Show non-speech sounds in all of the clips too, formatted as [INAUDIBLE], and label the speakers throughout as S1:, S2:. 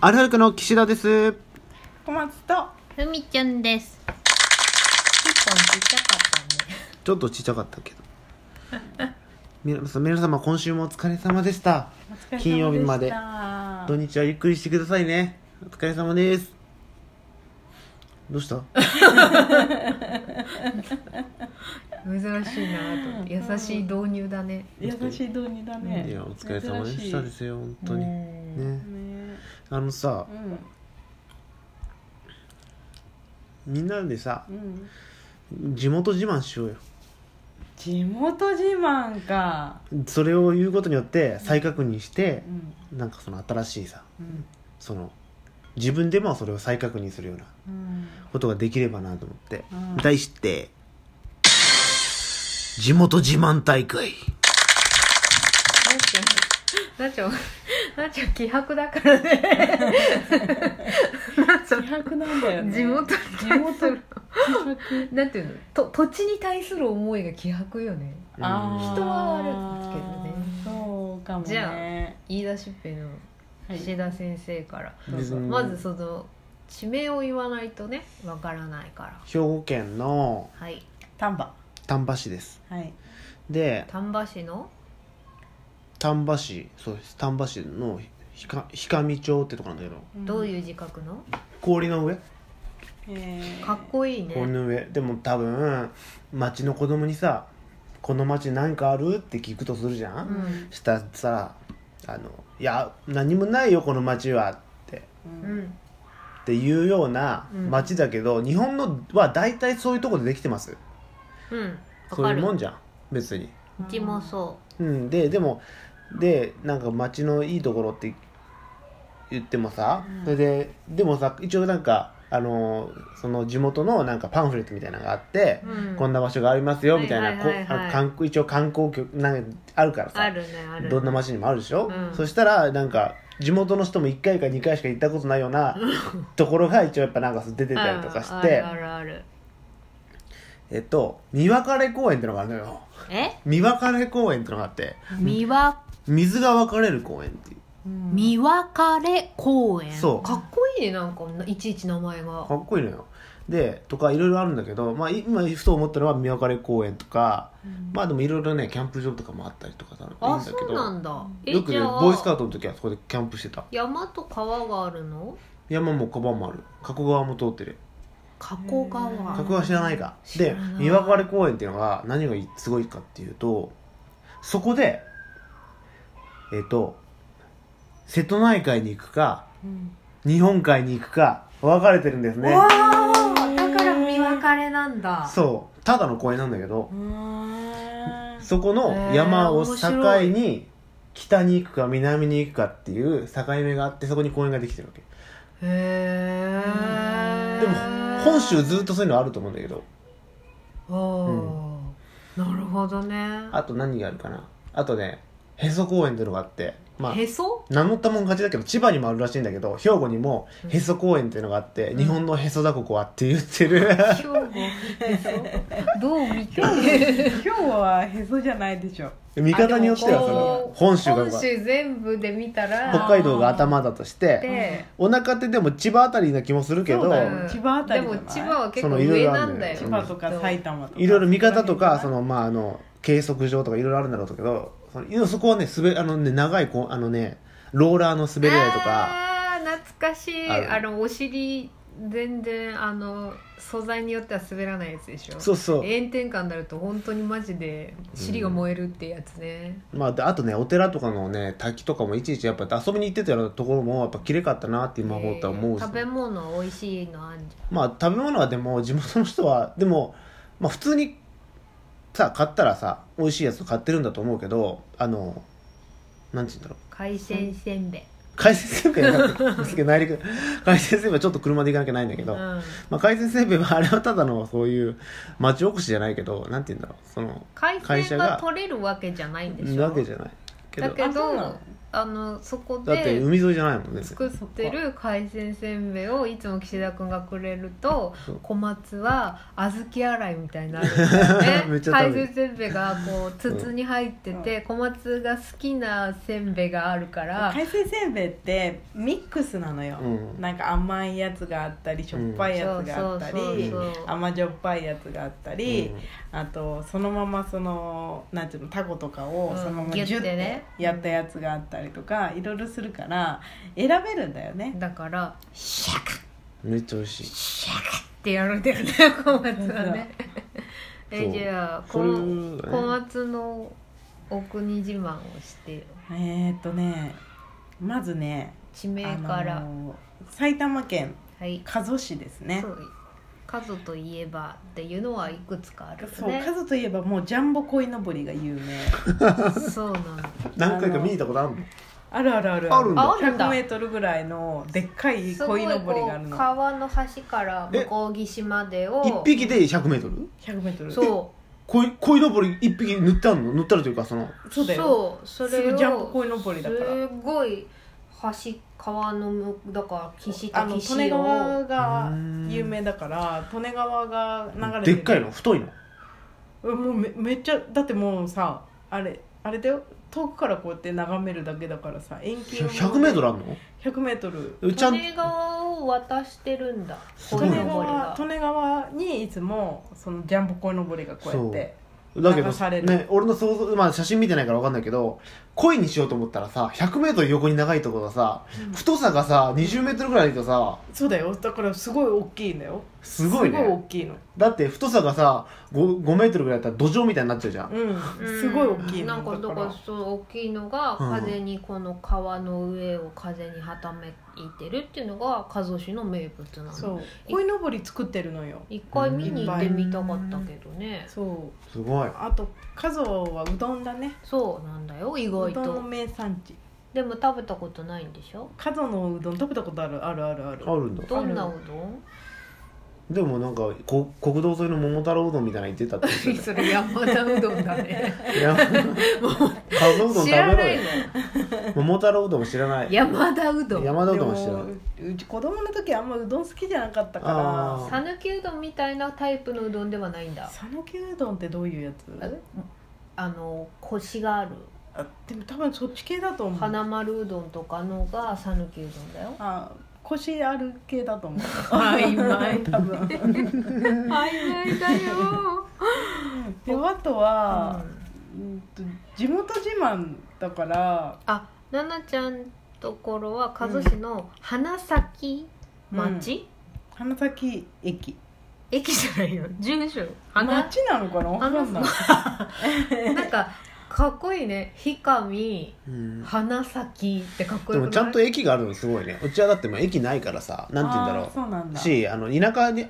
S1: アルファルクの岸田です。
S2: 小松と
S3: ふみちゃんです。ピッポンちっちゃかったね。
S1: ちょっとちっちゃかったけど。 [LAUGHS] 皆さん皆様、今週もお疲れ様でした。金曜日まで
S2: お疲
S1: 土
S2: れ様でし
S1: 日はゆっくりしてくださいね。お疲れ様です。どうした
S2: [LAUGHS]
S3: 珍しいなぁと思って。優しい導入だね。
S2: た優しい導入だね
S1: いや、お疲れ様でした
S2: 珍
S1: で
S2: し
S1: すよ、本当に。ね。
S2: い
S3: ね
S2: ね
S1: あのさ
S2: う、ん
S1: みんなでさ、
S2: うん
S1: 地元自慢しようよ。
S2: 地元自慢か
S1: それを言うことによって、再確認して
S2: う、ん
S1: なんかその新しいさ、
S2: うん
S1: その、自分でもそれを再確認するような
S2: うん
S1: ことができればなと思って。
S2: うん
S1: 題して地元自慢大会
S3: なっちゃん、なっちゃん、なっちゃん、気迫だからね。
S2: 気迫なんだよね
S3: 地元
S2: 地元気
S3: なんていうのと土地に対する思いが気迫よね。
S2: 迫あー
S3: 人はあるけどね
S2: そうかも
S3: じゃ
S2: ね
S3: 言い出しっぺの
S2: はい
S3: 岸田先生から。
S1: どうぞうん
S3: まずその、地名を言わないとね、わからないから。
S1: 兵庫県の
S3: はい。
S2: 丹波
S1: 丹波市です
S2: はい
S1: で
S3: 丹波市の
S1: 丹波市そうです丹波市のひか氷上町ってとこなんだけど
S3: どう
S2: う
S3: い
S2: ん
S3: う字書くの
S1: 氷の上
S2: えー
S3: かっこいいね。
S1: 氷の上でも多分町の子供にさ「この町何かある?」って聞くとするじゃ、
S3: うんん。
S1: したらさ「あのいや何もないよこの町は」って
S2: うん
S3: うん。
S1: っていうような
S3: うん
S1: 町だけど、日本のは大体そういうとこでできてます
S3: うん。わ
S1: そう
S3: か
S1: いう
S3: る。
S1: もん
S3: う
S1: じゃん別に
S3: ちもそ
S1: うんででもでなんか街のいいところって言ってもさ、
S2: うん
S1: それででもさ一応なんかあのーその地元のなんかパンフレットみたいなのがあって
S3: う。、うん。
S1: こんな場所がありますよみたい
S3: はい
S1: なこ
S3: はいはいはい
S1: あの観一応観光局なんかあるから
S3: あ
S1: さ
S3: るねあるね
S1: どんな街にもあるでしょ、
S3: うん
S1: そしたらなんか地元の人も1回か2回しか行ったことないよう
S3: [LAUGHS]
S1: なところが一応やっぱなんか出てたりとかし
S3: う
S1: て
S3: んあるあるある
S1: えっと見別れ公園ってのがあるのよ
S3: え
S1: 見別れ公園ってのがあって
S3: 見わ
S1: 水が分かれる公園っていう
S2: うん
S3: 見別れ公園
S1: そう
S3: かっこいいねなんかいちいち名前が
S1: かっこいいのよでとかいろいろあるんだけど、まあ、今ふと思ったのは見別れ公園とか
S2: うん
S1: まあでもいろいろねキャンプ場とかもあったりとかさいい
S3: あ
S1: んだ
S3: そ
S1: け
S3: うな
S1: ど
S3: んだえ
S1: よくね
S3: じゃあ
S1: ボーイスカートの時はそこでキャンプしてた
S3: 山と川があるの
S1: 山も川もある加古川も通ってる
S3: 加古
S1: 加
S3: 川
S1: 古川知らないか
S3: 知
S1: で
S3: らない
S1: 見別れ公園っていうのが何がすごいかっていうとそこでえっ、と瀬戸内海に行くか
S2: うん
S1: 日本海に行くか分かれてるんですね
S3: わあだから見別れなんだ
S1: そうただの公園なんだけど
S2: うーん
S1: そこの山を
S3: へー
S1: 境
S3: 面白い
S1: に北に行くか南に行くかっていう境目があってそこに公園ができてるわけ
S3: へえ
S1: でも本州ずっとそういうのあると思うんだけど
S3: あーなるほどね
S1: あと何があるかなあとねへそ公園っていうのがあってまあ
S3: へ [LAUGHS] そ
S1: 名乗ったもん勝ちだけど千葉にもあるらしいんだけど兵庫にもへそ公園っていうのがあって、日本のへそだここはって言ってる
S3: [LAUGHS] 兵庫へそどう見 [LAUGHS] て
S2: 今日はへそじゃないでしょ
S1: 見方によってはそ
S3: あ
S1: れ
S3: でも
S1: は
S3: こう
S1: 本州が
S3: 本州全部で見たら
S1: 北海道が頭だとして
S3: で
S1: お腹ってでも千葉あたりな気もするけ
S2: そう
S1: ど
S2: だよね千葉あたり
S3: で
S2: じゃ
S3: も
S2: ない
S3: 千葉は結
S1: そ
S3: 構
S1: のいろい
S3: 上
S1: ろあ
S3: な
S1: るん
S3: ん
S1: だ
S3: だ
S1: よ
S3: よ
S2: 千葉とか埼玉とか
S1: いろいろ見方とかそのまああの計測上とかいろいろあるんだろうけどそのいやそこはね滑あのね長いこうあのねローラーの滑り台とか
S3: あー懐かしい
S1: あ
S3: あ
S1: る
S3: のお尻全然あの素材によっては滑らないやつでしょ
S1: そうそう
S3: 炎天下になると本当にマジで尻が燃えるってやつね、
S1: まあであとねお寺とかのね滝とかもいちいちやっぱ遊びに行ってたようなところもやっぱ綺麗かったなって今思ったら思うし、
S3: 食べ物美味しいのあんじ
S1: まあ食べ物はでも地元の人はでもまあ普通にさ買ったらさ美味しいやつ買ってるんだと思うけどあのなんて言うんだろう
S3: ゃん海鮮せんべい、
S1: 海鮮せんべいなかったですけど内陸 [LAUGHS] 海鮮せんべいはちょっと車で行かなきゃないんだけ
S3: う
S1: ど、
S3: ん、
S1: まあ、海鮮せんべいはあれはただのそういう町おこしじゃないけどなんて言うんだろうその
S3: 海
S1: 会社
S3: 鮮
S1: が
S3: が取れるわけじゃないんでしょ
S1: わけじゃないけど
S3: だけ
S2: あそうな
S3: ど
S2: の
S3: あのそこ
S1: だって
S3: で
S1: 海沿いじゃないもんね
S3: 作ってる海鮮せんべいをいつも岸田君がくれると
S1: そう
S3: 小松は小豆洗いみたいになるんだよ
S1: [LAUGHS] めっ
S3: ね
S1: ちゃ食
S3: 海
S1: べる
S3: 鮮せんべいがこう筒に入ってて、小松が好きなせんべいがあるから
S2: 海鮮せんべいってミックスなのよ、
S1: うん
S2: なんか甘いやつがあったりしょっぱいやつがあったり、
S3: そうそうそうそう
S2: 甘じょっぱいやつがあったり、あとそのままそのなんていうのタコとかを
S3: うん
S2: そのまま
S3: ギュッ
S2: ギュッ
S3: て
S2: て
S3: ね
S2: やったやつがあったりとか、いろいろするから選べるんだよね
S3: だからシャカッ
S1: うんめっちゃ美味しい
S3: ってやるんだよね小松はねえ
S1: そう
S3: じゃあ
S1: そ
S3: こ
S1: れ
S3: 小松のお国自慢をしてよ
S2: えー、っとねまずね、
S3: 地名から、
S2: あの埼玉県
S3: はい
S2: 加須市ですね
S3: そうカズといえばっていうのはいくつかある
S2: そう
S3: ね
S2: 加須といえばもうジャンボ鯉のぼりが有名
S3: そうなの
S1: 何回か見に行ったことあるの
S2: あるあるある
S1: あるんだ
S3: ああるんだ
S2: 100m ぐらいのでっかい
S3: すごい
S2: 鯉
S3: こ
S2: のぼりがある
S3: う
S2: の
S3: 川の端から向こう岸までを
S1: 一匹で 100m
S2: 100m
S3: そ
S1: こい鯉のぼり一匹塗ってあるの塗ってあるというかその
S3: う
S2: そうだよ
S3: そうそ
S2: す
S3: れ
S2: ぐ
S3: を
S2: ジャンプ鯉のぼりだから
S3: すごい橋川の向だから岸
S2: あ
S3: と
S2: の利
S3: 岸
S2: 根
S3: を
S2: 川が有名だから利根川が流れて
S1: で
S2: る
S1: っかいの太いの
S2: うんもうめめっちゃだってもうさあれあれだよ遠くからこうやって眺めるだけだからさ遠近
S1: 100m あるの
S2: 100m
S1: うちゃ
S3: 利
S1: ん
S3: 根川を渡してるんだ
S1: す
S2: 利
S1: ごい
S3: 鯉
S1: ね
S2: 根
S3: のぼり
S2: 川
S3: が
S2: 利根川にいつもそのジャンボ鯉のぼりがこうやって
S1: だけど
S2: 流される
S1: ね俺の想像まあ写真見てないから分かんないけど鯉にしようと思ったらさ 100m 横に長いところがさ太さがさ 20m ぐらいあるとさ
S2: そうだよだからすごい大きいんだよ
S1: すごい
S2: すごい
S1: ね
S2: 大きいの
S1: だって太さがさ 5, 5メートルぐらいだったら土壌みたいになっちゃうじゃん、
S2: う
S3: うんん
S2: すごい大きいの
S3: なんかだからそう大きいのが
S1: うん
S3: 風にこの川の上を風にはためいてるっていうのが加須市の名物な
S2: そ
S3: の
S2: う鯉のぼり作ってるのよ
S3: 一回見に行ってみたかったけどね
S2: そう
S1: すごい
S2: あと加須はうどんだね
S3: そうなんだよ意
S2: う
S3: 外
S2: どんの
S3: と
S2: 名産地
S3: でも食べたことないんでしょ
S2: 加須のうどん食べたことあるあるあるある
S1: あるんだ
S3: どんなうどん
S1: でもなんかこ国道沿いの桃太郎うどんみたいなの言ってたって言って
S3: それ山田うどんだね
S1: たい
S2: [LAUGHS]
S1: やカズうどん食
S3: 知
S1: べろ
S3: らない
S1: よ
S3: の
S1: 桃太郎うどんも知らない
S3: 山田うどん
S1: 山田う
S2: で
S1: どん
S2: も
S1: も知らないう
S2: ち子供の時あんまうどん好きじゃなかった
S1: あ
S2: か
S3: さぬきうどんみたいなタイプのうどんではないん
S2: ら
S3: だ
S2: 讃岐うどんってどういうやつ
S3: あのコシがある
S2: あでも多分そっち系だと思う
S3: 花丸うどんとかのがさぬきうどんだよ
S2: あ腰ある系だと思う
S3: 曖昧
S2: [LAUGHS] 多
S3: [LAUGHS]
S2: 分
S3: 曖昧だよ
S2: であとは、うんと地元自慢だから
S3: あななちゃんところは加須市の花咲町、
S2: 花咲駅
S3: 駅じゃないよ住所花
S2: 町なのかなわかんない
S3: なんかかっこいいね「ひかみ
S1: うん
S3: 花咲」ってかっこ
S1: で
S3: よくな
S1: もち
S3: い
S1: ゃんと駅があるのすごいねうちはだってもう駅ないからさなんて言うんだろ
S2: あーそうなん
S1: う
S2: だ
S1: しあの田舎に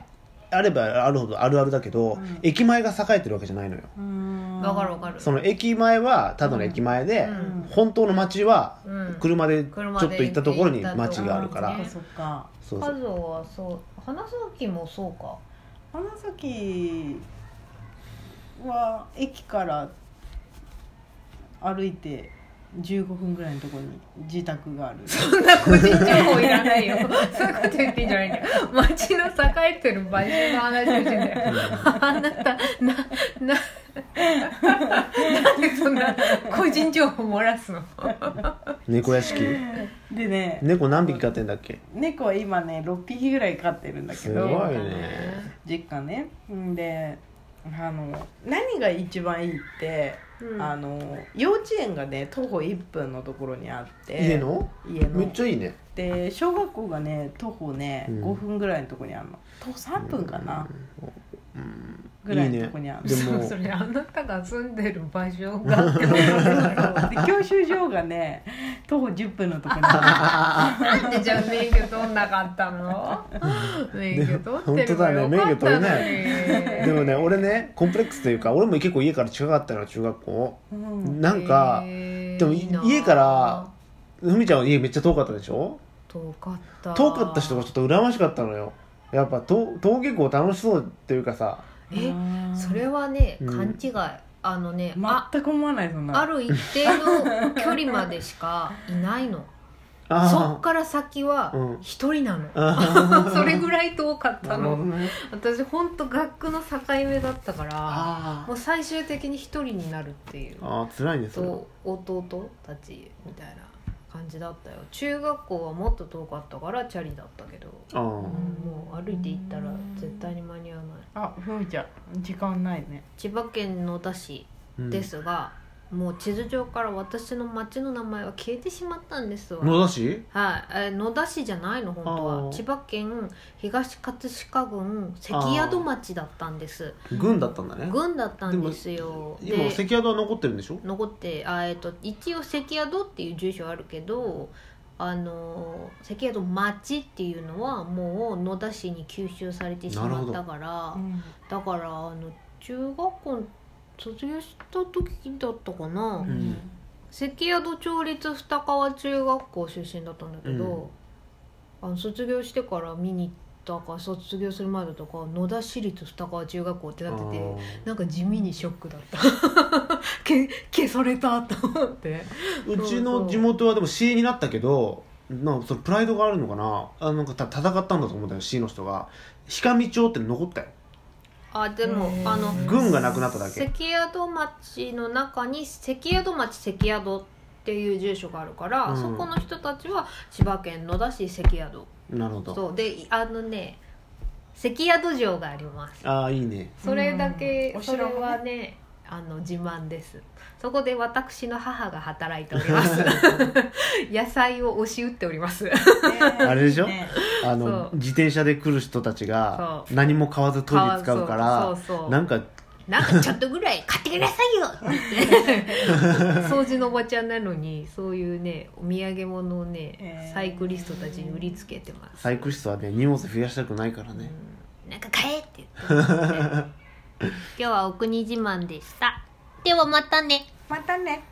S1: あればあるほどあるあるだけど、
S2: うん
S1: 駅前が栄えてるわけじゃないのよ
S2: うーん
S3: わかるわかる
S1: その駅前はただの駅前で、
S2: うん
S1: 本当の街は
S3: うん
S1: 車でちょっ
S3: 車
S1: と
S3: で
S1: 行ったところに街
S3: 地
S1: があるから、
S2: あーそっかそっか
S1: そうそ
S3: 加
S1: う
S3: 須はそう花咲もそうか
S2: 花咲は駅から歩いて15分ぐらいのところに自宅がある
S3: そんな個人情報いらないよ。そういうこと言っていいんじゃないんだよ。街の栄えてる場所の話をしてんだよ。あなた、な、な、なんでそんな個人情報漏らすの
S1: 猫屋敷
S2: でね
S1: 猫何匹飼ってんだっけ
S2: 猫は今ね6匹ぐらい飼ってるんだけ
S1: すご
S2: ど
S1: いね。
S2: 実家ねんであの何が一番いいって、
S3: うん
S2: あの幼稚園がね徒歩1分のところにあって
S1: 家の
S2: 家の
S1: めっちゃいいね
S2: で小学校がね徒歩ね、
S1: うん
S2: 5分ぐらいのとこにあるの徒歩3分かな、
S1: うん
S2: ぐらいのとこにある
S1: いいねで
S2: [LAUGHS]
S3: そう
S1: も
S3: それあなたが住んでる場所が。
S2: で教習所がね徒歩10分のとこにあ
S3: なんでじゃあ免許取んなかったの免許取ってればよ
S1: でも本当だね免許取れ
S3: かったの
S1: な
S3: に。
S1: でもね俺ねコンプレックスというか俺も結構家から近かったの中学校
S2: るの、うん
S1: なんか
S3: へー
S1: でも
S3: いいな
S1: 家からふみちゃんは家めっちゃ遠かったでしょ
S3: 遠かった
S1: 遠かった人がちょっと羨ましかったのよやっぱ登登下校楽しそうっていうかさ
S3: え
S2: あー
S3: それはね、
S1: うん
S3: 勘違いあのねあ
S2: 全く思わないそんな
S3: ある一定の距離までしかいないの
S1: [LAUGHS] あー
S3: そっから先は
S1: うん
S3: 一人なの、
S1: あー
S3: [LAUGHS] それぐらい遠かっ
S1: な
S3: た
S1: るほ
S3: の、
S1: どね
S3: 私ほんと学区の境目だったから
S1: あ
S3: もう最終的に一人になるっていう
S1: ーあー辛いねそれ
S3: と弟たちみたいな感じだったよ中学校はもっと遠かったからチャリだったけど、
S1: あ
S3: うん
S1: ー
S3: もう歩いて行ったら絶対に間に合わない
S2: あふみちゃん時間ないね
S3: 千葉県野田市
S1: うん
S3: ですが、もう地図上から私の町の名前は消えてしまったんですわ
S1: 野田市
S3: はい、えー野田市じゃないの本当
S1: あ
S3: は
S1: ー
S3: 千葉県東葛飾郡関宿町だったんです
S1: 軍だったんだね
S3: 郡だったんですよ
S1: 今関宿は残ってるんでしょ
S3: 残ってあ、えっと一応関宿っていう住所あるけどあのー関宿町っていうのはもう野田市に吸収されてしまったから
S2: うん
S3: だからあの中学校卒業した時だったかな、
S1: ん
S3: 関宿町立二川中学校出身だったんだけど、あの卒業してから見に行ったか卒業する前だとか野田市立二川中学校ってなっててなんか地味にショックだった [LAUGHS] け消されたと思って
S1: あーうちの地元はでも C になったけどなんかそのプライドがあるのかなあなんかた戦ったんだと思うんだよ C の人が氷上町って残ったよ
S3: あでも
S2: うん
S3: あの
S1: 軍がなくなっただけ
S3: 関宿町の中に関宿町関宿っていう住所があるから、
S1: うん
S3: そこの人たちは千葉県野田市関宿
S1: なるほど
S3: そうであのね関宿城があります
S1: ああいいね
S3: それだけ、
S2: うんお
S3: それ
S2: 城がね
S3: はねあの自慢ですそこで私の母が働いております [LAUGHS] 野菜を押し売っております
S1: あれでしょ
S2: ね
S1: あの
S3: そう
S1: 自転車で来る人たちが何も買わずトイレ使うから
S3: そうそうそう
S1: なんか
S3: なんかちょっとぐらい買ってくださいよって掃除のおばちゃんなのにそういうねお土産物をね、
S2: えー
S3: サイクリストたちに売りつけてます、
S1: サイクリストはね荷物増やしたくないからね
S3: うんなんか買えって言ってますね今日はお国自慢でしたではまたね
S2: またね